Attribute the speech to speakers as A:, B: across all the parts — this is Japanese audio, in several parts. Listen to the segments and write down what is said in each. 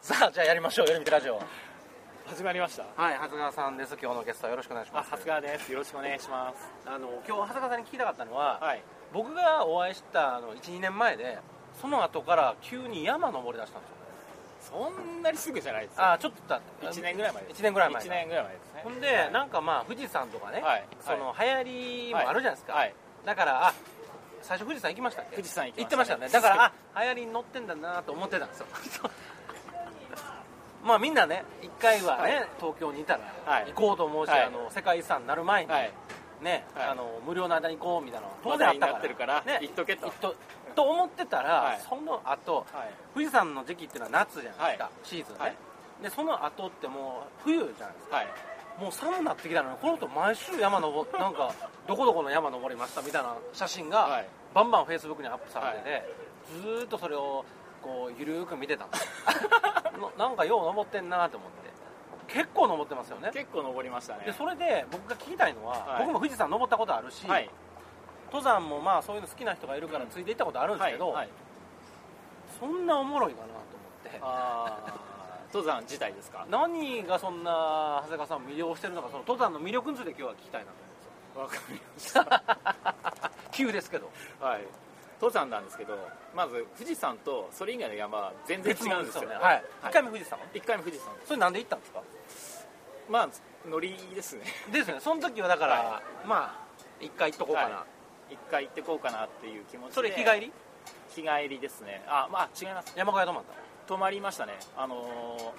A: さあじゃあやりましょう夜見てラジオ
B: 始まりました
A: はい長谷川さんです今日のゲストよろしくお願いし
B: あ
A: ます
B: 長谷川ですよろしくお願いします
A: あの今日長谷川さんに聞きたかったのは、
B: はい
A: 僕がお会いしたあの12年前でその後から急に山登り出したんですよ
B: そんなにすぐじゃないですよ
A: ああちょっとだった
B: 1年ぐらい前です
A: 1年ぐらい前
B: 1年ぐらい前ですね
A: ほんで、
B: はい
A: なんかまあ富士山とかね、
B: はい
A: その流行りもあるじゃないですか、
B: はいはい
A: だからあ最初富士山行きましたっけ
B: 富士山行
A: 行っ
B: き
A: て
B: ま
A: ま
B: し
A: したた
B: ね
A: ねだからあ流行りに乗ってんだなと思ってたんですよ まあみんなね一回はね、
B: は
A: 東京にいたら
B: はい
A: 行こうと思うし、
B: はい
A: あの世界遺産になる前に、
B: はい
A: ね
B: はい
A: あの無料の間に行こうみたいなの当然あったから
B: 話題になってるから
A: ね、
B: 行っとけと
A: とと思ってたら、
B: はい
A: その後、
B: はい
A: 富士山の時期っていうのは夏じゃないですか、
B: はい
A: シーズンね、
B: はい
A: でその後ってもう冬じゃないですか
B: はい
A: もう寒くなってきたのにこの人毎週山登 っなんかどこどこの山登りましたみたいな写真
B: は
A: が
B: い
A: バンバンフェイスブックにアップされてて、ずーっとそれをこうゆるーく見てたんですよ ななんかよう登ってんなと思って結構登ってますよね
B: 結構登りましたね
A: でそれで僕が聞きたいのは、
B: はい
A: 僕も富士山登ったことあるし、
B: はい
A: 登山もまあそういうの好きな人がいるからついて行ったことあるんです
B: はい
A: けど、
B: はい
A: そんなおもろいかなと思って
B: あー 登山自体ですか
A: 何がそんな長谷川さんを魅了してるのかその登山の魅力について今日は聞きたいなと思います
B: わかりまし
A: 急ですけど
B: たはい登山なんですけどまず富士山とそれ以外の山は全然違うんですよ
A: ねはい
B: はい
A: 1回目富士山
B: 一回も富士山
A: それなんで行ったんですか
B: まあ乗りですね
A: ですよねその時はだから、
B: は
A: まあ一回行っとこうかな、
B: は一回行ってこうかなっていう気持ちで
A: それ日帰り
B: 日帰りですねあまあ違います
A: 山小屋泊まった
B: 泊まりましたねあのー、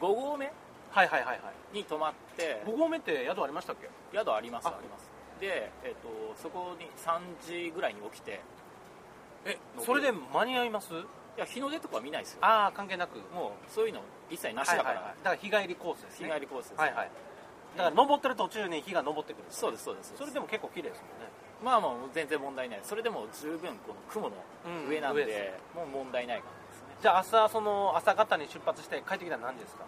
B: 5合目
A: はいはいはいはい
B: に泊まって
A: 5合目って宿ありましたっけ
B: 宿あります
A: あ
B: ありますで、えっとそこに3時ぐらいに起きて
A: えそれで間に合います
B: いや日の出とかは見ないですよ
A: ああ関係なく
B: もうそういうの一切なしだから、
A: はいはいはい、だから日帰りコースですね
B: 日帰りコースです、
A: はいはいだから登ってる途中に日が登ってくる
B: そうですそうです
A: それでも結構綺麗ですもんね
B: まあもう全然問題ないそれでも十分この雲の上なん
A: うん上
B: で
A: で、
B: もう問題ないかな
A: じゃあ朝その朝方に出発して帰ってきたの何時ですか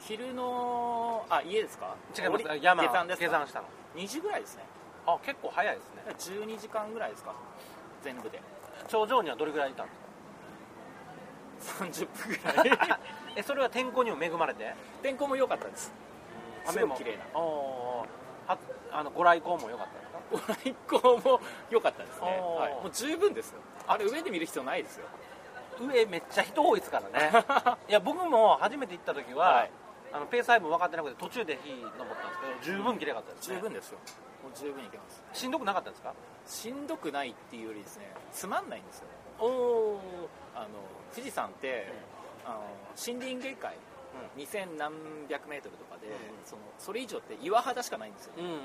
B: 昼のあ家ですか
A: 違います
B: 降り
A: 山
B: 下山です
A: 下
B: か
A: 山したの
B: 2時ぐらいですね
A: あ結構早いですね
B: 12時間ぐらいですか全部で
A: 頂上にはどれぐらいいたんですか
B: 30分ぐらい
A: えそれは天候にも恵まれて
B: 天候も良かったです
A: 雨も
B: すごく綺麗な
A: おーはあのご来光も良かったですか
B: ご来光も良かったですね、
A: おー
B: はい、もう十分ですよあれ上で見る必要ないですよ
A: 上めっちゃ人多いですからね いや僕も初めて行った時は、
B: はい
A: あのペース配分分かってなくて途中で火登ったんですけど十分綺麗かったです、ね、
B: 十分ですよもう十分いけます
A: しんどくなかったですか
B: しんどくないっていうよりですねつまんないんですよ
A: おお
B: あの富士山って、あの森林限界2000何百メートルとかで、
A: うんうん
B: そのそれ以上って岩肌しかないんですよ
A: うんうんうん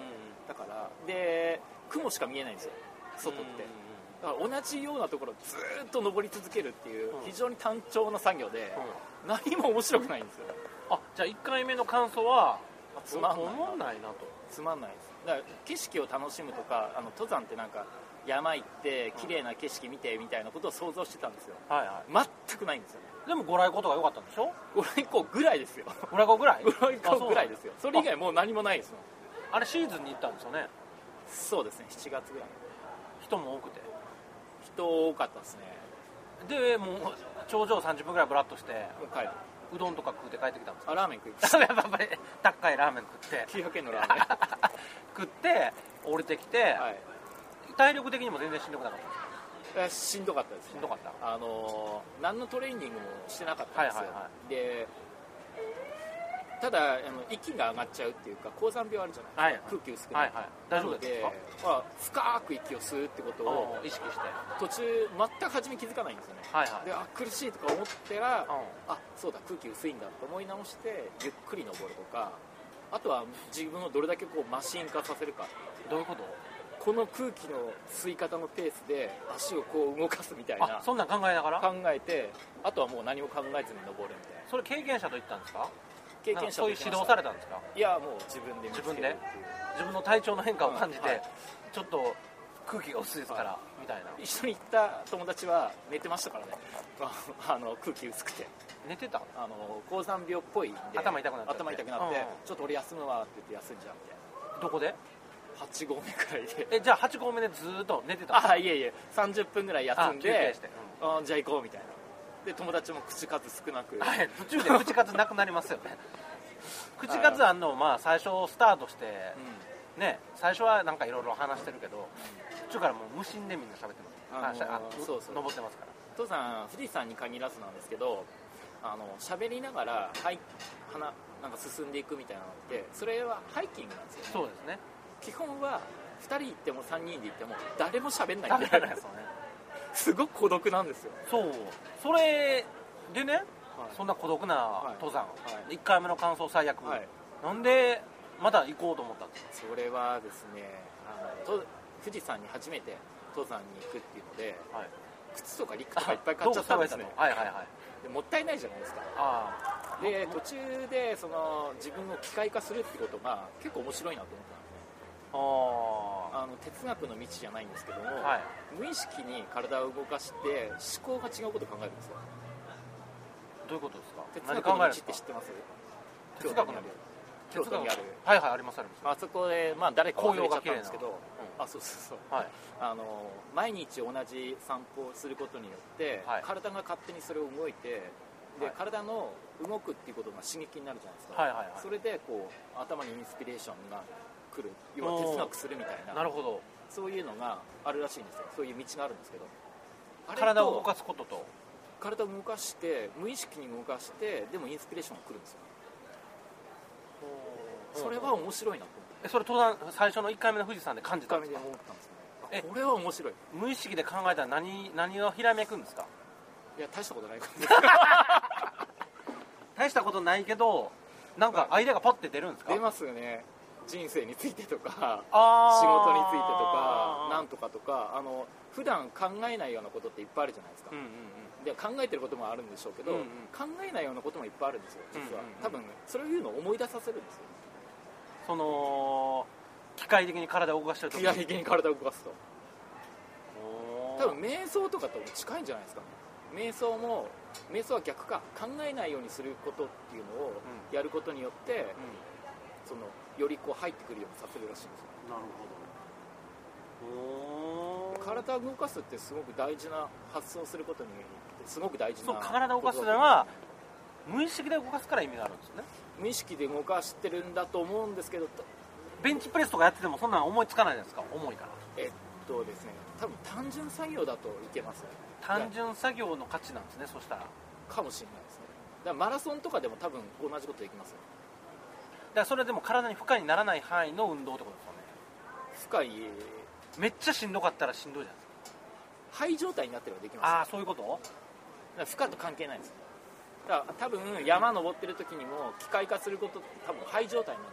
B: だからで雲しか見えないんですよ外って
A: う
B: だから同じようなところをずーっと登り続けるっていう
A: うん
B: 非常に単調な作業で
A: んうんうん
B: 何も面白くないんですよ
A: あじゃあ1回目の感想は
B: あつまんないな
A: お思わないなと
B: つまんないですだから景色を楽しむとかあの登山ってなんか山行って綺麗な景色見てみたいなことを想像してたんですよ
A: はいは
B: 全くないんですよね
A: いでもご来光とか良かったんでしょ
B: ご来光ぐらいですよ
A: ご来光ぐらい
B: ご来光ぐらいです
A: よ
B: よそれ以外もう何もないですもん
A: あれシーズンに行ったんですよね
B: そうですね7月ぐらい
A: 人も多くて
B: 人多かったですね
A: でもう頂上30分ぐらいブラッとして
B: もう帰る
A: うどんとか食って帰ってきたんです
B: あラーメン食いま し
A: よ やっぱり高いラーメン食って
B: た900円のラーメン
A: 食って降りてきて、
B: はい
A: 体力的にも全然しんどくなかっ
B: えしんどかったです、ね、
A: しんどかった
B: あのー何のトレーニングもしてなかったんですよ、
A: はいはいは
B: でただあの息が上がっちゃうっていうか高山病あるじゃないで
A: はい
B: すか、空気薄く
A: た
B: な
A: は
B: る
A: いはい大丈夫ですか
B: なのでまあ深く息を吸うってことを
A: うん意識しては
B: 途中全く初め気づかないんですよね、
A: いはい
B: であ苦しいとか思ったら、
A: う
B: あそうだ空気薄いんだと思い直してゆっくり登るとかあとは自分をどれだけこうマシン化させるか
A: どういうこと
B: この空気の吸い方のペースで足をこう動かすみたいな
A: あそんなん考えながら
B: 考えてあとはもう何も考えずに登るみたいな
A: それ経験者と行ったんですか
B: 経
A: なんか
B: 験者
A: そういう指導されたんですか
B: いやもう自分で見つけるっていう
A: 自自分の体調の変化を感じて、
B: うんはい
A: ちょっと空気が薄いですから、
B: は
A: みたいな
B: 一緒に行った友達は寝てましたからね あの空気薄くて
A: 寝てた
B: あの高山病っぽいんで
A: 頭痛くなっちゃって
B: 頭痛くなって、
A: うん
B: ちょっと俺休むわって言って休んじゃうみたいな
A: どこで
B: 8合目くらいで
A: えじゃあ8合目でずーっと寝てた
B: あいえいえ30分ぐらい休ん
A: あ休
B: で
A: 憩して
B: あじゃあ行こうみたいなで友達も口数少なく、
A: はい、途中で口数なくなりますよ ね口数あんのまあ最初スタートして
B: う
A: ね最初はなんかいろいろ話してるけど途中からもう無心でみんな喋ってます、
B: あのー
A: あ
B: そうそう
A: 登ってますから
B: ん、父さん富士山に限らずなんですけどあの喋りながらはい花なんか進んでいくみたいなのってそれはハイキングなんですよ、ね、
A: そうですね
B: 基本は2人行っても3人で行っても誰も喋んない
A: ダ
B: み
A: メ
B: た
A: ないん
B: な
A: ですよね
B: すごく孤独なんですよ、
A: そうそれでね
B: はい
A: そんな孤独な登山、
B: はい
A: 1回目の感想最悪、
B: はい
A: なんでまた行こうと思ったんですか
B: それはですねあのと富士山に初めて登山に行くっていうので
A: はい
B: 靴とかリュックとかいっぱい買っちゃったんですね
A: どうはいはいはい
B: でもったいないじゃないですか
A: あ
B: で途中でその自分を機械化するってことが結構面白いなと思っ
A: ーあ
B: たんですねあの哲学の道じゃないんですけども、
A: ーはい
B: 無意識に体を動かして思考が違うことを考えるんですよ
A: どういうことですか
B: 哲
A: 何
B: 学
A: 考
B: の
A: え
B: 道
A: るん
B: っ
A: ですか
B: て知ってます
A: 哲学の道
B: 京都にある
A: はいはいありますあります
B: あそこで、まあ、誰か忘れちゃったんですけど、あそうそうそう
A: はい
B: あの毎日同じ散歩をすることによって、
A: はい
B: 体が勝手にそれを動いてで、
A: はい
B: 体の動くっていうことが刺激になるじゃないですか、
A: はいはいはい
B: それでこう頭にインスピレーションが来る要は哲学するみたいな
A: なるほど
B: そういうのがあるらしいんですよそういう道があるんですけどあれと
A: 体を動かすことと
B: 体を動かして無意識に動かしてでもインスピレーションが来るんですよそれは面白いなと思って
A: えそれ登山最初の1回目の富士山で感じ
B: 一
A: た
B: 回
A: んで
B: 目
A: す
B: で
A: か
B: 思ったんですよね
A: え
B: あこれは面白い
A: 無意識で考えたら何何をひらめくんですか
B: いや大したことないことで
A: 大したことないけどなんかアイデアがパッて出る んですか
B: 出ますよね人生についてとか
A: あー
B: 仕事についてとかなんとかとかあの普段考えないようなことっていっぱいあるじゃないですか、
A: うんうんうん
B: で考えてることもあるんでしょうけど、
A: うんうん
B: 考えないようなこともいっぱいあるんですよ実は、
A: うんうんうん
B: 多分それを言うのを思い出させるんですよ
A: その機械的に体を動かしてると
B: 気合的に体を動かすと
A: おー
B: 多分瞑想とかとも近いんじゃないですかね瞑想も瞑想は逆か考えないようにすることっていうのを
A: う
B: やることによって、
A: うん
B: そのよりこう入ってくるようにさせるらしいんですよ
A: なるほどおー
B: 体を動かすってすごく大事な発想をすることにすごく大事
A: そ
B: な
A: う体を動かすのは無意識で動かすから意味があるんですよね
B: 無意識で動かしてるんだと思うんですけどと
A: ベンチプレスとかやっててもそんなん思いつかないじゃないですか重いから
B: えっとですね多分単純作業だといけますね
A: 単純作業の価値なんですねそしたらだか
B: かもしれないですねだからマラソンとかでも多分同じことできますよ
A: らそれでも体に負荷にならない範囲の運動ってことですよね
B: 深い
A: めっちゃしんどかったらしんどいじゃないです
B: 肺状態になってればできます
A: かあ
B: よ
A: あそういうこと
B: だから負荷と関係ないんですよだから多分山登ってる時にも機械化することって多分肺状態になっ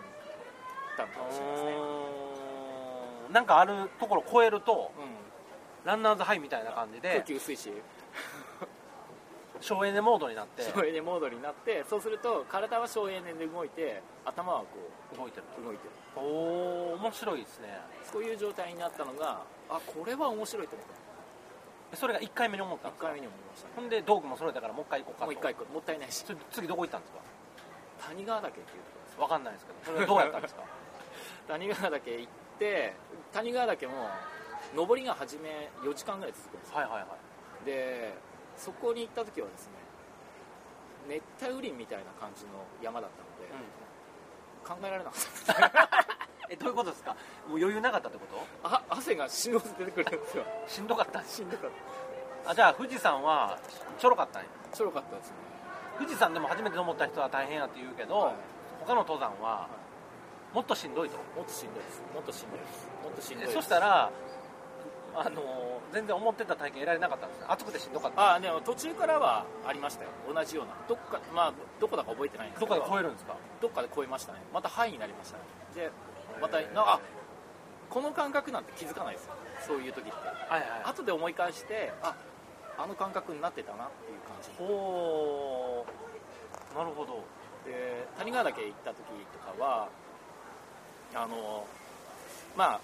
B: たのかもしれないですね
A: うーんなんかあるところ超えると
B: うん
A: ランナーズハイみたいな感じ
B: 空
A: で
B: 気薄いし
A: 省エネモードになって
B: 省エネモードになってそうすると体は省エネで動いて頭はこ
A: 動いてる
B: う動いてる
A: とおお面白いですね
B: そういう状態になったのがあこれは面白いと思っ
A: それが1回目に思ったたん
B: 1
A: です
B: 回目に思いましたね
A: ほんで道具も揃えたからもう一回行こうかと
B: もう1回行くもったいないし
A: それ次どこ行ったんですか
B: 谷川岳っていうところです
A: わかんないですけどそれはどうやったんですか
B: 谷川岳行って谷川岳も登りが初め4時間ぐらい続くんですよ
A: はいはいはい
B: でそこに行った時はですね熱帯雨林みたいな感じの山だったので、考えられなかったですね
A: えどういうことですかもう余裕なかったってこと
B: あ汗が死ぬほど出てくるんですよ
A: しんどかったんです
B: しんどかった
A: あじゃあ富士山はちょろかったんや
B: ちょろかったですね
A: 富士山でも初めて登った人は大変やって言うけど、
B: はい
A: 他の登山はもっとしんどいと
B: もっとしんどいですもっとしんどいですもっとしんどい
A: え
B: です
A: そしたらあのー全然思ってた体験得られなかったんですね暑くてしんどかった
B: あでも途中からはありましたよ同じようなどっかまあどこだか覚えてないんです
A: ど
B: け
A: こ
B: ど
A: で超えるんですか
B: どっかで超えましたねまたハイになりましたねでまた
A: へー
B: なあこの感覚なんて気づかないですよそういう時って
A: はいはい
B: 後で思い返してああの感覚になってたなっていう感じ
A: ほうなるほど
B: で谷川岳行った時とかはあのまあ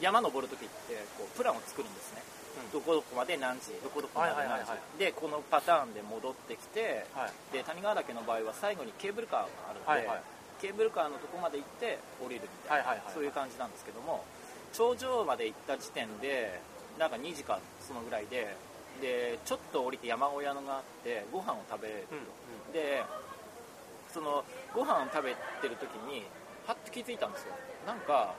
B: 山登る時ってこうプランを作るんですね、
A: うん
B: どこどこまで何時どこどこまで何時、
A: はいはいはいは
B: でこのパターンで戻ってきて
A: はい
B: で谷川岳の場合は最後にケーブルカーがあるので、
A: はいはい
B: ケーブルカーのとこまで行って降りるみたいな、
A: はいはいはい
B: そういう感じなんですけども頂上まで行った時点でなんか2時間そのぐらいででちょっと降りて山小屋のがあってご飯を食べる
A: うんうん
B: とでそのご飯を食べてる時にはっと気づいたんですよなんか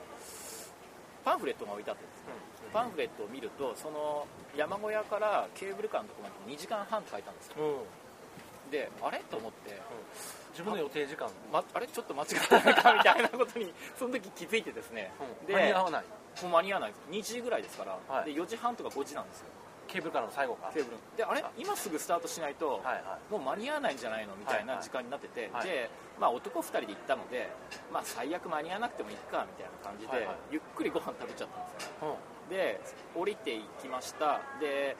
B: パンフレットが置いてあってですねパンフレットを見るとその山小屋からケーブルカーのところまで2時間半って書いたんですよ
A: うん
B: であれと思って、
A: 自分の予定時間
B: ま、あれちょっと間違ってないかみたいなことに その時気づいてですね、で
A: 間に合わない
B: もう間に合わないです2時ぐらいですから、
A: はい
B: で4時半とか5時なんですよ
A: ケーブルからの最後か
B: ケーブルであれ今すぐスタートしないと、
A: はいは
B: もう間に合わないんじゃないのみたい
A: はい
B: な
A: はい
B: 時間になってて、
A: はい
B: で、まあ、男2人で行ったので、まあ、最悪間に合わなくてもいいかみたいな感じで、
A: はいはい
B: ゆっくりご飯食べちゃったんですよ
A: い、うん
B: で降りていきましたで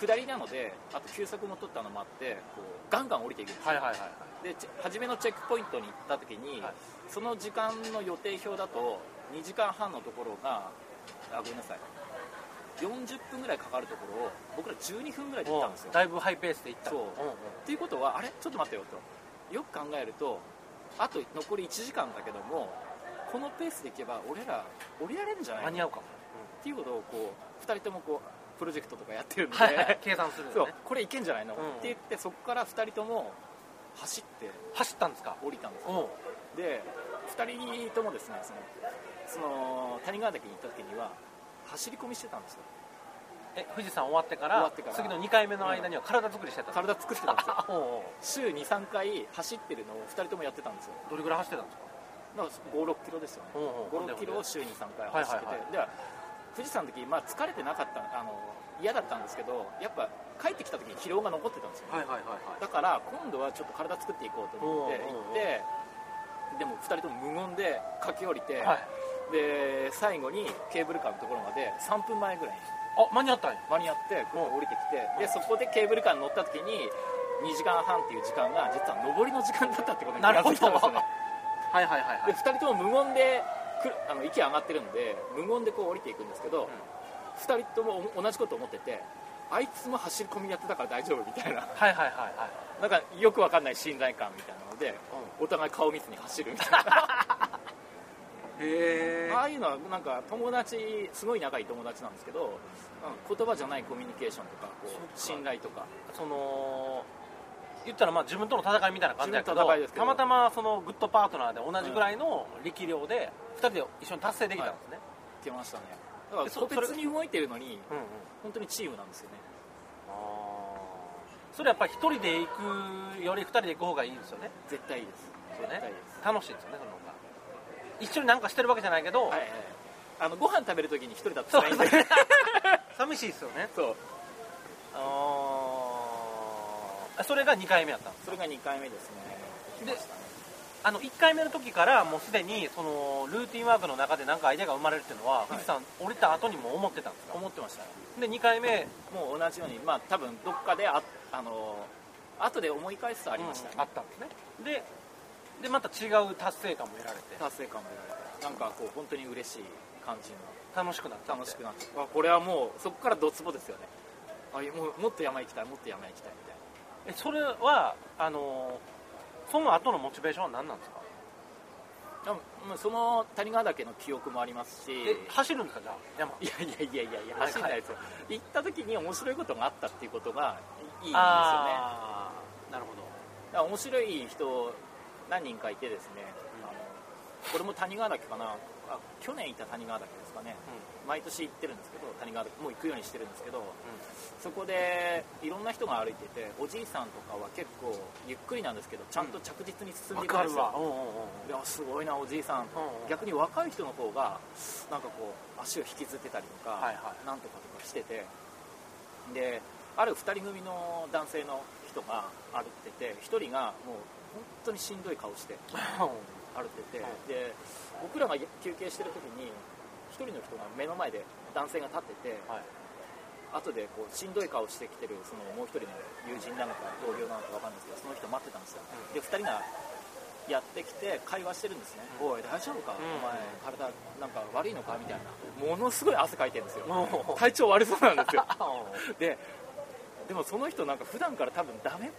B: 下りなのであと休息も取ったのもあってこうガンガン降りていくんです
A: は
B: よ、
A: いはいはいはい
B: でチェ初めのチェックポイントに行った時に、
A: はい
B: その時間の予定表だと2時間半のところがあごめんなさい40分ぐらいかかるところを僕ら12分ぐらいで行ったんですよ
A: だいぶハイペースで行った
B: そう
A: うんうん
B: っていうことはあれちょっと待ってよとよく考えるとあと残り1時間だけどもこのペースでいけば俺ら降りられるんじゃないの
A: 間に合うかも、
B: っていうことをこう2人ともこうプロジェクトとかやってるんで、
A: はいはい計算するんで
B: そ
A: ね
B: うこれいけんじゃないの、
A: うん
B: って言ってそこから2人とも走って
A: 走ったんですか
B: 降りたんです
A: う
B: よ
A: ん
B: で2人ともですねそのその谷川岳に行った時には走り込みしてたんですよ
A: え富士山終わってか
B: 終
A: ら
B: わってから
A: 次の2回目の間には体作りしてたんです
B: 体作ってたんですよ
A: かうんうん
B: 週23回走ってるのを2人ともやってたんですよ
A: どれぐらい走ってたんですか
B: だから56キロですよね、
A: うんうん
B: 56キロを週に3回走ってて、
A: はいはいは
B: では富士山の時、まあ疲れてなかったあの嫌だったんですけどやっぱ帰ってきた時に疲労が残ってたんですよね、
A: はいはいはいはい
B: だから今度はちょっと体作っていこうと思って
A: うんうんうん
B: 行ってでも2人とも無言で駆け下りて、
A: はい
B: で最後にケーブルカーのところまで3分前ぐらいに
A: あ間に合ったんや
B: 間に合ってこう降りてきてでそこでケーブルカーに乗った時に2時間半っていう時間が実は上りの時間だったってことに気がついたんですよね
A: はいはいはいは
B: で
A: い
B: 2人とも無言でくるあの息上がってるんで無言でこう降りていくんですけど、2人ともお同じこと思っててあいつも走り込みやってたから大丈夫みた いな
A: はいはいはいはい
B: なんかよくわかんない信頼感みたいなのでお互い顔見ずに走るみたいな
A: へ
B: ああいうのはなんか友達すごい仲いい友達なんですけど、うん言葉じゃないコミュニケーションとかこ
A: そっか
B: う信頼とか
A: その言ったらまあ自分との戦いみたいな感じだけ
B: 自分の戦い
A: ど
B: ですけ
A: た
B: ど
A: またまそのグッドパートナーで同じぐらいの力量で2人で一緒に達成できたんですね、
B: いけましたねだから
A: えそ
B: 個別に動いてるのに
A: うんうん
B: 本当にチームなんですよね
A: それやっぱり1人で行くより2人で行く方がいいんですよね
B: 絶対いいです
A: そうね
B: 絶対いいです
A: 楽しいですよねその方が一緒になんかしてるわけじゃないけど、
B: はいはいあのご飯食べるときに一人だと
A: そう
B: 辛いんで
A: 寂しいですよね
B: そう
A: あーそれが2回目やったんです
B: それが2回目ですね
A: で
B: 来ましたね
A: あの1回目の時からもうすでにそのルーティンワークの中で何かアイデアが生まれるっていうのは、
B: い
A: 藤さん降りた後にも思ってたんですか
B: 思ってましたね
A: で2回目、
B: もう同じようにまあ多分どっかでああの後で思い返すとありましたね、
A: うんあったんですねででまた違う達成感も得られて
B: 達成感も得られてなんかこう本当に嬉しい感じの
A: 楽しくなったんで
B: 楽しくなってあこれはもうそこからドツボですよねあいやもうもっと山行きたいもっと山行きたいみたいな
A: えそれはあのーその後のモチベーションは何なんですか
B: でももうその谷川岳の記憶もありますし
A: え走るんですかじゃあ山
B: いやいやいやいやいや
A: はい
B: 走んないですよ行った時に面白いことがあったっていうことがいいんですよねだか
A: ああなるほど
B: ら面白い人何人かいてですね、
A: うん
B: あのこれも谷川岳かなあ去年行った谷川岳ですかね毎年行ってるんですけど谷川岳もう行くようにしてるんですけどそこでいろんな人が歩いてておじいさんとかは結構ゆっくりなんですけどちゃんと着実に進ん
A: わ
B: でいくん
A: か
B: で
A: る
B: す
A: わ
B: よ、
A: うんうんうん
B: いやすごいなおじいさん
A: うんうん
B: 逆に若い人の方がなんかこう足を引きずってたりとか、
A: はいはい
B: なんとかとかしててである2人組の男性の人が歩いてて1人がもう本当にしんどい顔して歩いてて、
A: はい
B: で僕らが休憩してる時に1人の人が目の前で男性が立ってて
A: はい
B: 後でこうしんどい顔してきてるそのもう1人の友人なのか同僚なのか分かんないですけどその人待ってたんですよ、
A: うん
B: で2人がやってきて会話してるんですね、
A: うん
B: おい大丈夫か、
A: うん
B: お前体なんか悪いのかみたいなものすごい汗かいてるんですよ
A: おう
B: 体調悪そうなんですよ
A: お う
B: ででもその人なんか普段から多分ダメっ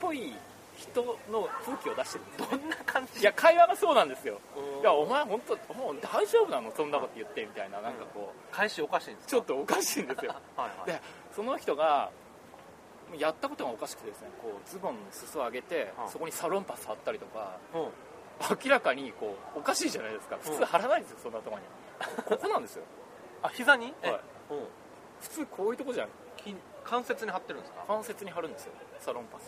B: ぽい人の空気を出してるんですよ
A: どんな感じ
B: いや会話がそうなんですよ
A: うん
B: いやお前本当もう大丈夫なのそんなこと言ってみたいななんかこう
A: 返しおかしいんです
B: ちょっとおかしいんですよ
A: はいはい
B: でその人がやったことがおかしくてですねこうズボンの裾を上げて、
A: うん
B: そこにサロンパス貼ったりとか
A: うん
B: 明らかにこうおかしいじゃないですか普通貼らないですよ、そんなとこにここなんですよ
A: あ膝にえ
B: はい
A: うん
B: 普通こういうとこじゃん
A: 筋関節に貼ってるんですか
B: 関節に貼るんですよサロンパスを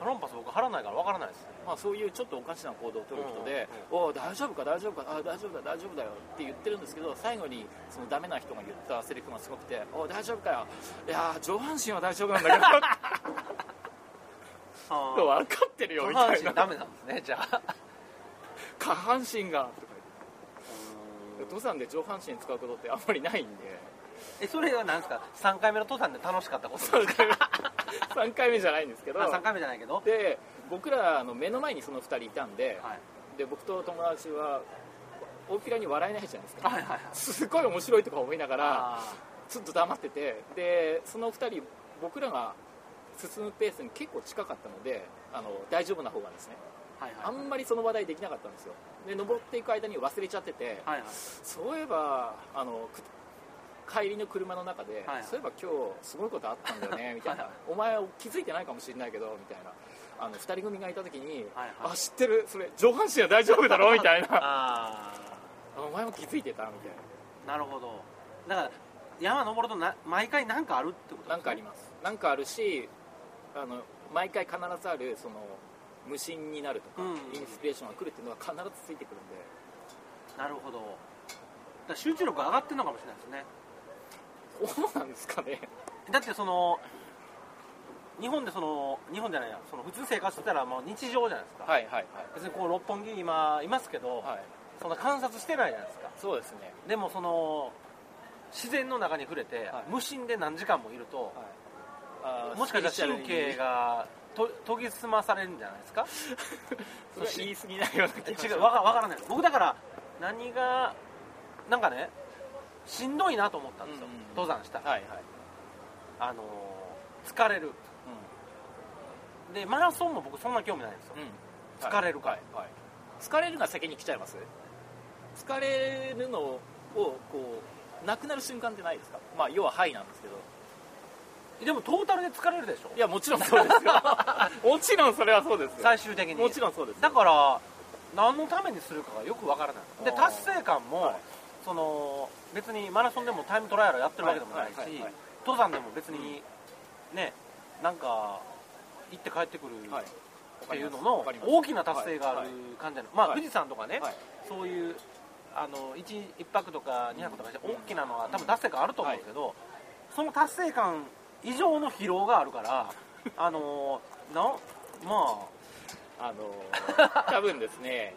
A: サロンパス僕貼らないからわからないです
B: まあ、そういうちょっとおかしな行動をとる人で、
A: う
B: おお大丈夫か大丈夫かあ大丈夫だ大丈夫だよって言ってるんですけど最後にそのダメな人が言ったセリフがすごくておお大丈夫かよいやー上半身は大丈夫なんだけ ど
A: あ
B: 分かってるよ
A: 上
B: み
A: 半
B: たい
A: 身ダ
B: な
A: メなんですねじゃあ
B: 下半身がとか言って登山で上半身使うことってあんまりないんで
A: えそれは何ですか3回目の登山で楽しかったことですか
B: 3回目じゃないんですけど
A: あ3回目じゃないけど
B: で僕らの目の前にその2人いたんで,、
A: はい
B: で僕と友達は大っぴらに笑えないじゃないですか、
A: はいはい
B: すごい面白いとか思いながら
A: あ
B: ちょっと黙っててでその2人僕らが進むペースに結構近かったのであの大丈夫な方がですね
A: ーはい
B: あ
A: はい
B: んまりその話題できなかったんですよで登っていく間に忘れちゃってて、
A: はいはい
B: そういえばあのく帰りの車の中で、
A: はい
B: そういえば今日すごいことあったんだよ ねみたいな、
A: はい
B: お前気づいてないかもしれないけどみたいなあの2人組がいた時に、
A: はいはい
B: あ知ってるそれ上半身は大丈夫 だろみたいな
A: あ
B: あお前も気づいてたみたい
A: あなるほどだから山登るとな毎回何かあるってことです
B: ななんかありますなんかあるしあの毎回必ずあるその無心になるとか、
A: うん
B: インスピレーションが来るっていうのが必ずついてくるんで
A: なるほどだから集中力上がってるのかもしれないですね
B: そうなんですかね
A: だってその日本でその日本じゃないやその普通生活してたらもう日常じゃないですか、
B: はいはいはい、
A: 別にこう六本木今いますけど、
B: はい、
A: そんな観察してないじゃないですか
B: そうですね、
A: でもその自然の中に触れて、
B: はい
A: 無心で何時間もいると、
B: はいあー
A: もしかしたら神経がと研ぎ澄まされるんじゃないですか
B: それは言い過ぎないような
A: え
B: 気がし
A: 違
B: ま
A: う
B: す
A: わかわからない僕だから何がなんかねしんどいなと思ったんですよ、
B: うんうんうん
A: 登山したら、
B: はいはい、
A: あのー疲れるでマラソンも僕そんな興味ないんですよ、
B: うんうん、
A: 疲れるから、
B: はいはい疲れるが先に来ちゃいます疲れるのをこうなくなる瞬間ってないですかまあ要は「はい」なんですけど
A: でもトータルで疲れるでしょ
B: いやもちろんそうですよ もちろんそれはそうですよ
A: 最終的に
B: もちろんそうです
A: だから何のためにするかがよくわからないで
B: あー
A: 達成感も、
B: はい
A: その別にマラソンでもタイムトライアルやってるわけでもないし、
B: はいはいはい
A: 登山でも別にねなんか行って帰ってくる
B: はい
A: っていうのの
B: わかります
A: 大きな達成がある感じなの、まあ、
B: はい
A: 富士山とかね、
B: はい
A: そういうあの 1, 一泊とか2泊とかして大きなのは多分達成感あると思うんですけど、その達成感以上の疲労があるからあのなま
B: あの多分ですね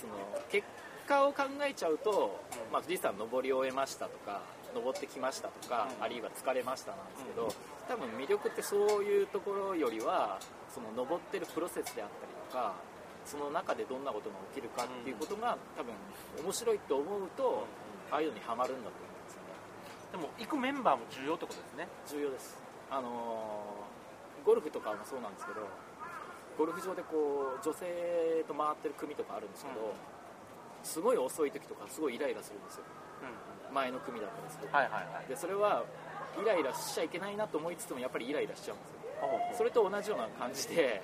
B: その結果を考えちゃうと、まあ、富士山登り終えましたとか登ってきましたとか、
A: うん
B: あるいは疲れましたなんですけど、多分魅力ってそういうところよりはその登ってるプロセスであったりとかその中でどんなことが起きるかっていうことが、多分面白いと思うと、ああいうのにはまるんだと思うんですよね
A: あでも行くメンバーも重要ってことですね
B: 重要ですあのーゴルフとかもそうなんですけどゴルフ場でこう女性と回ってる組とかあるんですけど、
A: うん
B: すごい遅い時とかすごいイライラするんですよ前の組だったんですけど、
A: はいはいはい
B: でそれはイライラしちゃいけないなと思いつつもやっぱりイライラしちゃうんですよそ
A: それ
B: れと同じような感じで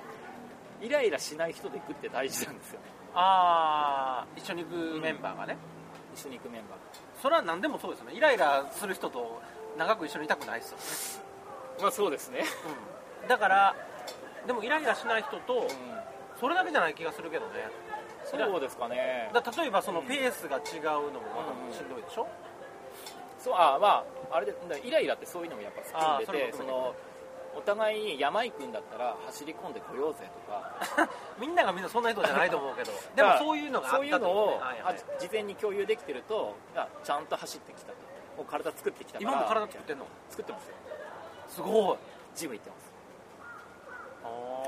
B: イライラしない人で行くって大事なんですよね
A: ああ一緒に行くメンバーがね、
B: 一緒に行くメンバーが
A: それは何でもそうですよねイライラする人と長く一緒にいたくないですよね、
B: まあそうですね、
A: だからでもイライラしない人と
B: うん
A: それだけじゃない気がするけどね
B: そうですかね
A: だから例えばそのペースが違うのもまたしんどいでしょ、
B: そうあまああれでだイライラってそういうのもやっぱ含んで
A: あ
B: て
A: ー
B: そ
A: それも含めて
B: のお互いに山行くんだったら走り込んでこようぜとか
A: みんながみんなそんな人じゃないと思 うけどでもそういうのがあった
B: そ
A: と
B: ういうのを、
A: はいはい
B: あ事前に共有できてるとあちゃんと走ってきたともう体作ってきたから
A: 今も体作ってんの
B: 作ってますよ
A: すごい
B: ジム行ってます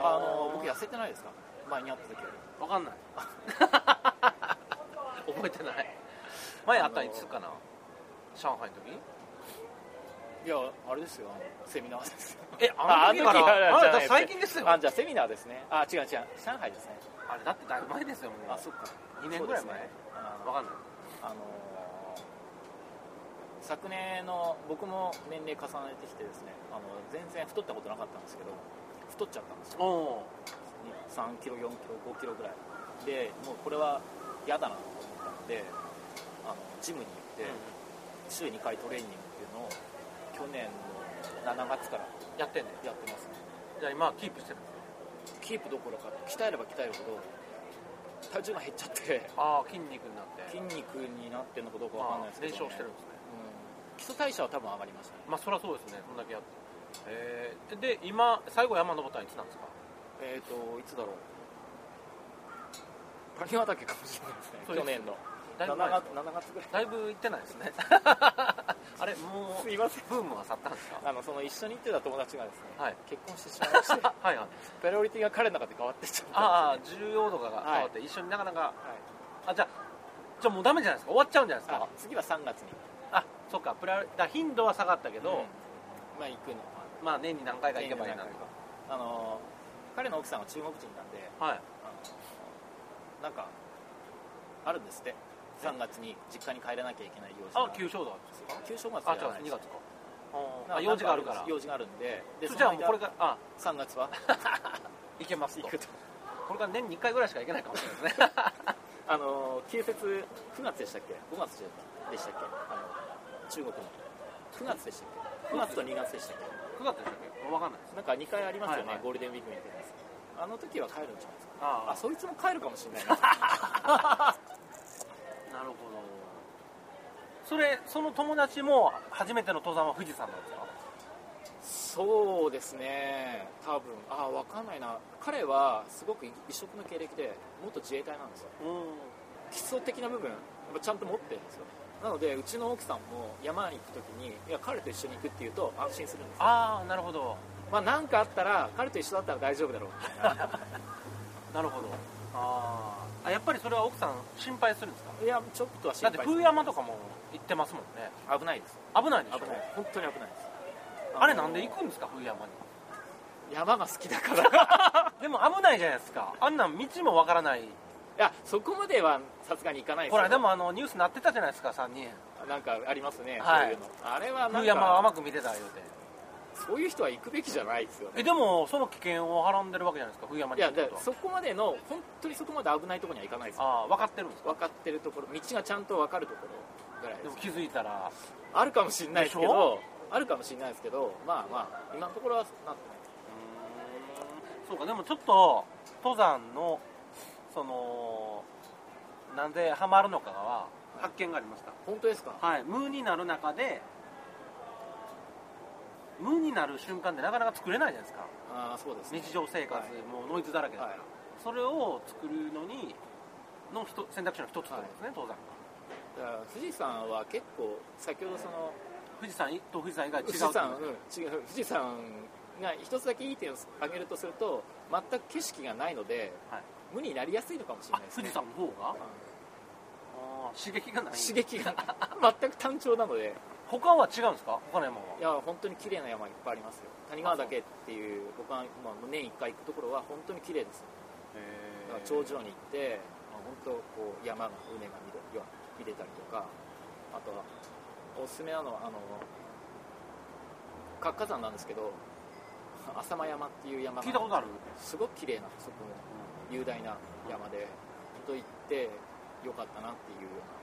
A: あ
B: あの僕痩せてないですか前に会った時より
A: 分 かんない覚えてない前あったのいつかな上海の時
B: いやあれですよあのセミナーですよ
A: えあの時から
B: あ
A: あ
B: あの時からじ
A: だ
B: ゃない
A: から最近ですよ
B: あじゃあセミナーですねあ違う違う上海ですね
A: あれだってだいぶ前ですよもう
B: あそっか
A: 2年ぐらい前、
B: そうですねあの
A: わかんない
B: あのー昨年の僕も年齢重ねてきてですねあの全然太ったことなかったんですけど太っちゃったんですよ
A: お
B: 3キロ4キロ5キロぐらいでもうこれは嫌だなと思ったのであのジムに行って週2回トレーニングっていうのを去年の7月から
A: やってんね
B: やってますね
A: じゃあ今はキープしてるんですね
B: キープどころか鍛えれば鍛えるほど体重が減っちゃって
A: ああ筋肉になって
B: 筋肉になってんのかどうかわかんない
A: あ
B: です
A: あ
B: け
A: 燃
B: ど、
A: 焼してるんですね
B: うん基礎代謝は多分上がりましたね
A: まあそりゃそうですねそんだけやってえーで今最後山登ったのいつなんですか
B: えっ、といつだろう谷川岳かもしれないですね
A: そうです
B: 去年の
A: だいぶ
B: 7
A: 前
B: 月
A: です
B: 7月ぐらい
A: だいぶ行ってないです ねあれも
B: すいません
A: うブームは去ったんですか
B: あのその一緒に行ってた友達がですね、
A: はい
B: 結婚してしまいまして
A: はいはい
B: ペロリティが彼の中で変わってっちゃった
A: あ
B: ん
A: あ
B: です
A: 重要度が変わって一緒になかなか
B: よ、はい
A: あじゃあじゃあもうダメじゃないですか終わっちゃうんじゃないです
B: あ
A: か
B: 次は3月に
A: あそっかプラだから頻度は下がったけど、
B: まあ行くの
A: まあ年に何回か行けばいいなと
B: 年にあの彼の奥さんは中国人なんで
A: はい
B: あのなんかあるんですって3月に実家に帰らなきゃいけない用事が
A: あ旧正道ですか
B: 旧正月
A: あ
B: は
A: 違
B: やら
A: う
B: ない
A: 2
B: です
A: 月かあ
B: な
A: ーあ用事があるから
B: 用事があるんでで
A: そじゃあもうこれ
B: が
A: があ
B: 3月は
A: 行けますと
B: 行くと
A: これが年に1回ぐらいしか行けないかもしれないですね
B: あの旧節9月でしたっけ5月でしたっけあの中国の9月でしたっけ9月と2月でしたっ
A: 9月でしたっけ分かんないです
B: けなんか2回ありますよね、
A: はいはい
B: ゴールデンウィークみたいなやつあの時は帰るんじゃないですか
A: あ
B: あそいつも帰るかもしれないな
A: なるほどそれその友達も初めての登山は富士山なんですか
B: そうですね多分ああ分かんないな彼はすごく異色の経歴で元自衛隊なんですよ
A: うん
B: 基礎的な部分やっぱちゃんと持ってるんですよなのでうちの奥さんも山に行く時にいや彼と一緒に行くっていうと安心するんですよ
A: ああなるほど
B: まあ何かあったら彼と一緒だったら大丈夫だろうみたいな
A: なるほどあーあやっぱりそれは奥さん心配するんですか
B: いやちょっとは心
A: だっ
B: 配
A: て
B: する
A: 冬山とかも行ってますもんね
B: 危ないです
A: 危ないでしょ
B: 危ない本当に危ないです
A: あれなんで行
B: く
A: くんですか冬山 に
B: 山が好きだから
A: でも危ないじゃないですかあんなん道もわからない
B: いやそこまではさすがに行かないです
A: ほ
B: よ
A: らでもあのニュースなってたじゃないですか3人
B: なんかありますね、
A: はい
B: そういうのあれはなん
A: 冬山は
B: か
A: 甘く見てた言うて
B: そういう人は行くべきじゃないですよね
A: えでもその危険をはらんでるわけじゃないですか冬山
B: い
A: に行
B: や
A: く
B: だ
A: ことは
B: そこまでの本当にそこまで危ないところには行かないですよ
A: ああ分かってるんですか
B: 分かってるところ道がちゃんと分かるところぐらい
A: で
B: で
A: も
B: す
A: 気づいたら
B: あるかもしれないですけ
A: でし
B: どあるかもしれないですけどまあまあ今のところはなってないです
A: うーんそうかでもちょっと登山のそのなんでハマるのかは発見がありました
B: 本当ですか
A: はい無になる中で無になる瞬間ってなかなか作れないじゃないですか
B: ああそうですね
A: 日常生活、
B: はい
A: もうノイズだらけだから、
B: はい
A: それを作るのにのひと選択肢の一つってことですね、登山
B: だから富士山は結構先ほどその
A: 富士山と富士山以外違う
B: 富士山、うん、違う富士山が一つだけいい点を挙げるとすると全く景色がないので、
A: はい
B: 無になりやすいのかもしれ
A: あ
B: ないです、
A: 富
B: ね、
A: 士山の方が
B: うん
A: あー刺激がない
B: 刺激が全く単調なので
A: 他は違うんですか他の山はい
B: や本当に綺麗な山いっぱいありますよ谷川岳っていう僕は、まあ、年1回行くところは本当に綺麗ですよだから頂上に行って、まあ、本当こう山の畝が見れよ見れたりとかあとはおすすめなのはあの活火山なんですけど浅間山っていう山
A: 聞いた
B: が
A: ことある
B: すごく綺麗なんですそこも雄大な山で本当行ってよかったなっていうような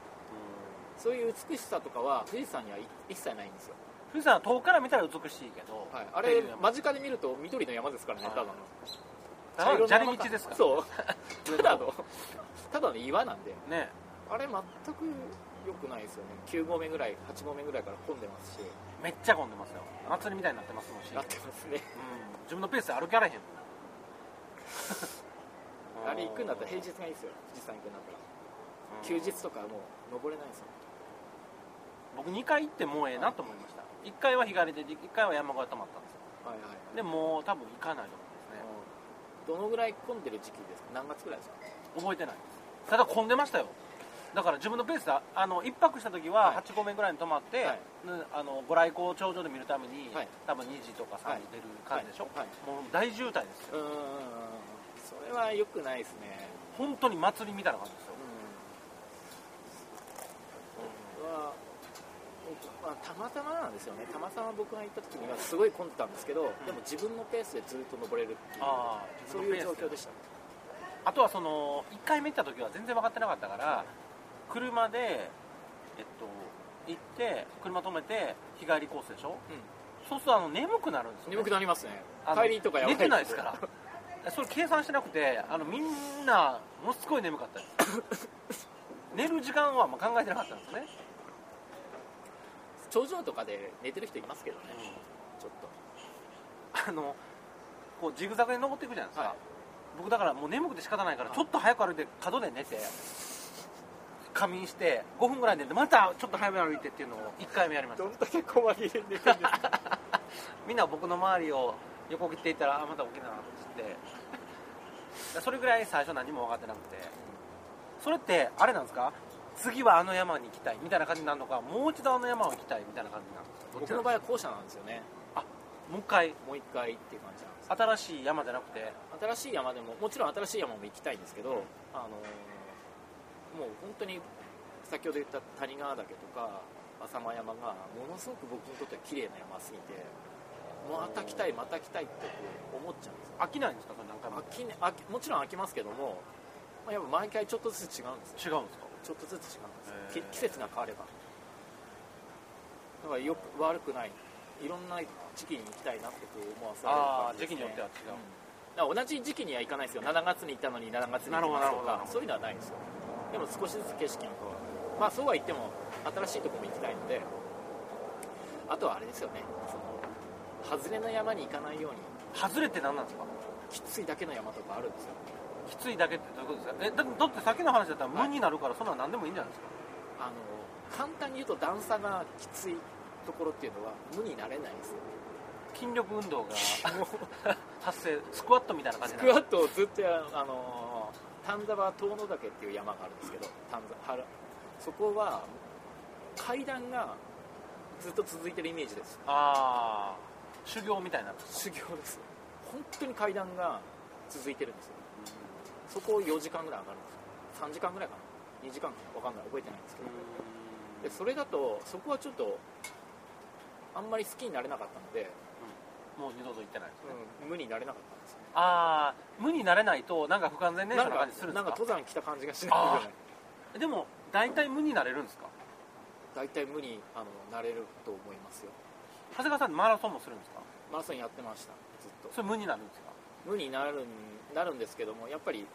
B: そういう美しさとかは富士山には一切ないんですよ
A: 富士山は遠くから見たら美しいけど、
B: はい、あ
A: ってい
B: れ
A: う山
B: 間近で見ると緑の山ですからね
A: はい
B: ただの
A: ただの砂
B: 茶色の
A: 利
B: 山
A: 道ですから
B: そう ただのただの岩なんで
A: ね
B: あれ全く良くないですよね9合目ぐらい8合目ぐらいから混んでますし
A: めっちゃ混んでますよ祭りみたいになってますもんし、
B: なってます
A: うん
B: ね
A: 自分のペースで歩きあらへん
B: あれ行くんだったら平日がいいですよ富士山行くんだったら休日とかもう登れないですよ
A: 僕2回行ってもうええなと思いました1回は日帰りで1回は山小屋泊まったんですよ
B: はいはい
A: でもう多分行かないと思うんですね
B: どのぐらい混んでる時期ですか何月ぐらいですか
A: 覚えてないですただ混んでましたよだから自分のペースでああの1泊した時は
B: はい
A: 8合目ぐらいに泊まって、
B: はい
A: ぬあのご来光を頂上で見るために、
B: はい
A: 多分2時とか3時出る感じでしょ、
B: はい
A: もう大渋滞ですよ
B: うーんそれは良くないですね
A: 本当に祭りみたいな感じですよ
B: うん、はまあ、たまたまなんですよねたまたま僕が行った時にはすごい混んでたんですけど、でも自分のペースでずっと登れるっていう
A: ああ
B: そういう状況でした
A: あとはその1回目行った時は全然分かってなかったから車で、えっと、行って車止めて日帰りコースでしょ、そうするとあの眠くなるんですよ、ね、
B: 眠くなりますね
A: あの
B: 帰りとかやばい
A: 寝てないですから それ計算してなくてあのみんなものすごい眠かったです 寝る時間はまあ考えてなかったんですね、
B: 頂上とかで寝てる人いますけどねちょっ
A: あのこうジグザグで登っていくじゃないですか、
B: はい
A: 僕だからもう眠くて仕方ないから
B: は
A: ち
B: い
A: ょっと早く歩いて角で寝て仮眠して5分ぐらい寝てまたちょっと早めに歩いてっていうのを1回目やりまし
B: と
A: た
B: どんだけ困りで寝てるんですか
A: みんな僕の周りを横切っていったらあまた起きたなって 言ってだそれぐらい最初何も分かってなくてそれってあれなんですか次はあの山に行きたいみたいな感じになるのかもう一度あの山を行きたいみたいな感じになるんですかどっ
B: 僕
A: ちな
B: の
A: の
B: 場合は後者なんですよね
A: もう一回
B: もう一回っていう感じなんです
A: 新しい山じゃなくて
B: 新しい山でももちろん新しい山も行きたいんですけど、あのーもう本当に先ほど言った谷川岳とか浅間山がものすごく僕にとっては綺麗な山すぎてまた来たいまた来たいってこう思っちゃうんですよ
A: 飽きないんですかそれ何回も
B: 飽きね飽きもちろん飽きますけども、まあ、やっぱ毎回ちょっとずつ違うんですよ
A: 違うんですか
B: ちょっとずつ違うんです
A: へ
B: よ
A: ー
B: き季節が変わればだからよく悪くないいろんな時期に行きたいなってこう思わされる
A: ああ
B: 感
A: 時期
B: じです、ね、
A: によっては違う、
B: だから同じ時期には行かないですよ7月に行ったのに7月に行きますとか
A: なるほどなるほどなるほど
B: そういうのはないんですよでも少しずつ景色が変わるまあそうは言っても新しいところも行きたいのであとはあれですよねその外れの山に行かないように
A: 外れって何なんですか
B: きついだけの山とかあるんですよ
A: きついだけってどういうことですかえだだってさっきの話だったら
B: はい
A: 無になるからそんなん何でもいいんじゃないですか、
B: あの簡単に言うと段差がきついところっていうのは無になれないですよ
A: 筋力運動が 発生スクワットみたいな感じ
B: ス
A: に
B: ク
A: な
B: ワ
A: る
B: ットをずっとやるあのー丹沢遠野岳っていう山があるんですけど丹沢はるそこは階段がずっと続いてるイメージです
A: ああ修行みたいな
B: 修行です本当に階段が続いてるんですよそこを4時間ぐらい上がるんですよ3時間ぐらいかな2時間か分かんない覚えてないんですけどでそれだとそこはちょっとあんまり好きになれなかったので、
A: もう二度と行ってないですね、
B: 無になれなかったんですよ
A: ああ無になれないとなんか不完全燃
B: な
A: 焼
B: ん
A: な
B: か
A: 感じするんで
B: な
A: す
B: んか
A: か
B: 登山来た感じがしないじゃない
A: えでも大体無になれるんですか
B: 大体無にあのなれると思いますよ
A: 長谷川さんマラソンもするんですか
B: マラソンやってましたずっと
A: それ無になるんですか
B: 無になるんなるんですけどもやっぱり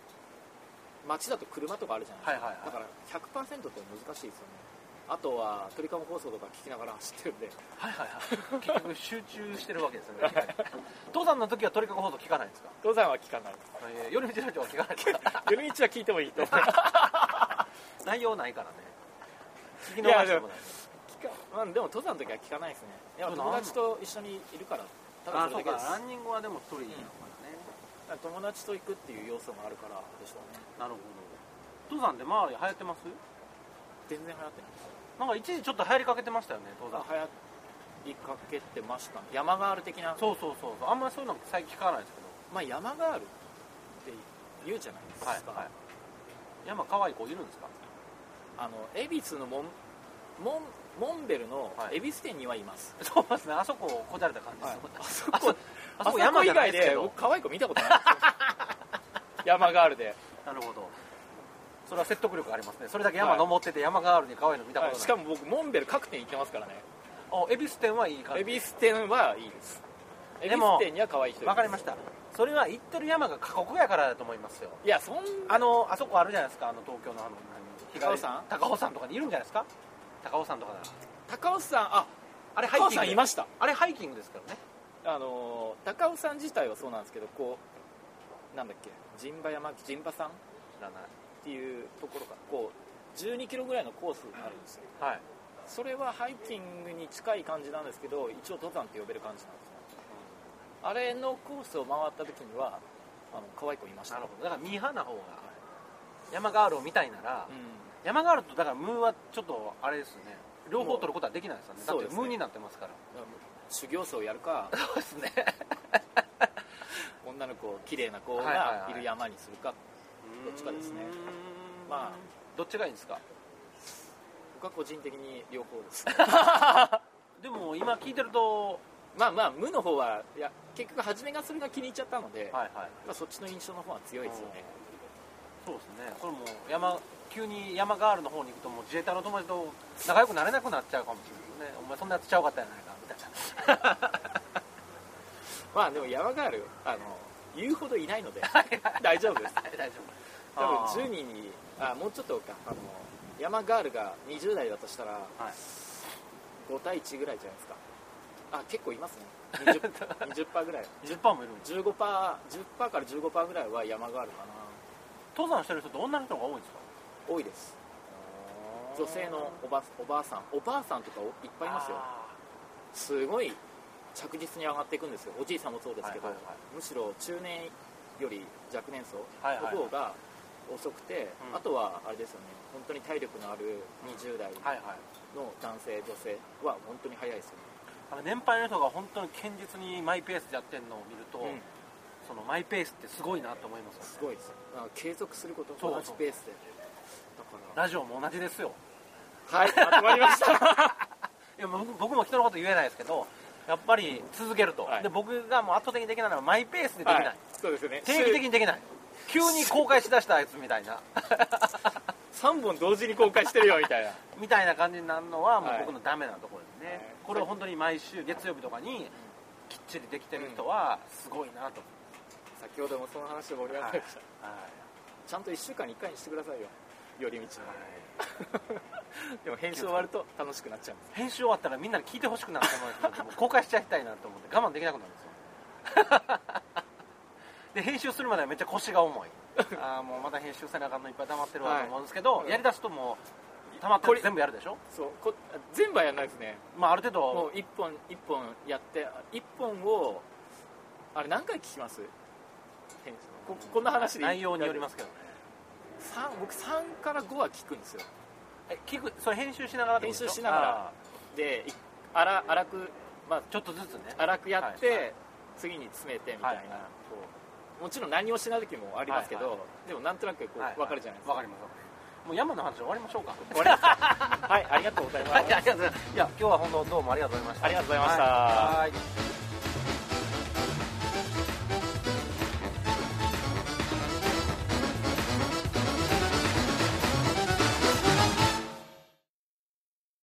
B: 街だと車とかあるじゃないですか、
A: はいはいはい
B: だから100%って難しいですよねあとは鳥かご放送とか聞きながら走ってるんで
A: はいはいはい結局集中してるわけですよね 登山の時は鳥かご放送聞かないんですか
B: 登山は聞 かない
A: えー夜道ラジオは聞かない ですか
B: 夜道は 聞いてもいいと思います
A: 内容ないからね聞き
B: い
A: 逃
B: や
A: し
B: で
A: ても
B: も
A: ない
B: 聞か、まあ、でも登山の時は聞かないですねいや
A: そうなん
B: 友達と一緒にいるからた
A: あ
B: だそ
A: そう
B: れだ
A: か
B: けです
A: ランニングはでも一人なのからね、
B: 友達と行くっていう要素もあるからでしょうね
A: なるほど登山で周り流行ってます
B: 全然流行ってない
A: なんか一時ちょっと流行りかけてましたよね登山
B: あ流行りかけてましたね山ガール的な
A: そうそうそうそうあんまりそういうの最近聞かないですけど
B: まあ、山ガールって言うじゃないですか、
A: はいはい山可愛い子いるんですか
B: あの恵比寿のモンモンモンベルの
A: はい
B: 恵比寿店にはいます、
A: そうですねあそここじゃれた感じです、
B: あそ
A: あそ
B: こ
A: こ
B: あ
A: あ
B: そ
A: そ
B: こ
A: こ山
B: 山以
A: じゃない
B: 外
A: ですけ
B: で
A: ど
B: 僕可愛い子見たこ とないですよ山ガールで、
A: なるほどそれは説得力ありますねそれだけ山登ってて山ガールに可愛いの見たことない、
B: しかも僕モンベル各店行ってますからね
A: あ恵比寿店はいい感
B: 恵
A: じ
B: 比寿店はいいです恵
A: で
B: 比寿
A: も
B: 店には可愛い人い
A: わかりま
B: し
A: したそれは行ってる山が過酷やからだと思いますよ
B: たいやそん
A: あのあそこあるじゃないですかあの東京のあの何
B: 高尾山
A: 高尾山とかにいるんじゃないですか高尾山とかなら
B: 高尾さんあ
A: あれハイキン
B: 高尾
A: グ
B: さんいました
A: あれハイキングですからね
B: あのー高尾さん自体はそうなんですけどこうなんだっけ陣馬山陣馬さん
A: 知らない
B: っていうところからこう12キロぐらいのコースになるんですよ
A: はい
B: それはハイキングに近い感じなんですけど一応登山って呼べる感じなんですねあれのコースを回った時にはあの可愛い子いました
A: なるほどだからミーハーな方が山ガールを見たいなら、
B: うん
A: 山ガールとだからムーはちょっとあれですよね両方取ることはできないですよねだっ
B: そう
A: て
B: ですね
A: ムーになってますから
B: だから修行僧をやる か
A: そうですね
B: 女の子綺麗な子
A: はいはい
B: が
A: はい
B: いる山にするか、
A: ど
B: どっちかですね
A: ま
B: ま
A: あどっちがいいんですか
B: 僕は個人的に両方です
A: でも今聞いてると
B: まあまあ無の方はいや結局初めがそれが気に入っちゃったので、
A: はいはい
B: やっぱそっちの印象の方は強いですよね、
A: そうですねこれもう山急に山ガールの方に行くともう自衛隊の友達と仲良くなれなくなっちゃうかもしれないですねお前そんなやつちゃうかったんじゃないかみたいな
B: まあでも山ガールあの言うほどいないので大丈夫です
A: はい大丈夫
B: 多
A: あー
B: 分10人にあもうちょっとかあの山ガールが20代だとしたら
A: はい
B: 5対1ぐらいじゃないですかあ結構いますね 20%, 20%ぐらい
A: 10パーもいるんです
B: 15%10% から15%ぐらいは山ガールかな
A: 登山してる人って女の人が多いんですか
B: 多いです女性のおばおばあさんおばあさんとかおいっぱいいますよ
A: あ
B: すごい着実に上がっていくんですよおじいさんもそうですけど、
A: はいはいはい
B: むしろ中年より若年層
A: はいはいはい
B: の方が遅くて、
A: うん
B: あとはあれですよね本当に体力のある20代
A: ーはいはい
B: の男性女性は本当に早いですよね、
A: あの年配の人が本当に堅実にマイペースでやってるのを見ると、
B: うん
A: そのマイペースってすごいなと思いますよね
B: すごいですあ継続すること
A: そう
B: 同じペースでだ
A: ラジオも同じですよ
B: からはいまとまりました
A: いや僕僕も人のこと言えないですけどやっぱり続けると、
B: はい
A: で僕がもう圧倒的にできないのはマイペースでできない、
B: はい、そうですね
A: 定期的にできない急に公開しだしたやつみたいな
B: 3本同時に公開してるよみたいな
A: みたいな感じになるのはもう
B: はい
A: 僕のダメなところですね、
B: はい
A: これを本当に毎週月曜日とかにきっちりできてる人はすごいなと
B: 先ほどもその話で盛り
A: 思い
B: 上がり
A: ま
B: まし
A: す
B: た、
A: はい
B: ちゃんと1週間に1回にしてくださいよ寄り道のでも編集終わると楽しくなっちゃうんです
A: 編集終わったらみんなに聞いてほしくなると思うんで すけどもう公開しちゃいたいなと思って我慢できなくなるんですよ で編集するまではめっちゃ腰が重いああもうまた編集せなあかんのいっぱい溜まってるわと思うんですけど、
B: はい
A: やりだすともう溜まってるの全部やるでしょ
B: そうこ全部はやらないですね
A: まあある程
B: も
A: 度
B: う1本1本やって1本をあれ何回聞きます編集ここんな話でいい
A: 内容によりますけどね
B: 三僕3から5は聞くんですよ
A: え聞くそれ編集しながらってことでょ
B: 編集しながら
A: あ
B: でい荒荒くまあ
A: ーちょっとずつね
B: 荒くやって、
A: はいはい
B: 次に詰めてみた
A: は
B: いな、
A: いはい
B: こうもちろん何をしない時もありますけど、
A: はい
B: でもなんとなくこう、
A: はい
B: 分かるじゃないですか
A: わかりますわかりますもう山の話終わりましょうか
B: 終わりますかはいありがとうございます
A: はいありがとうございますいや今日は本当どうもありがとうございました
B: ありがとうございました
A: はいはい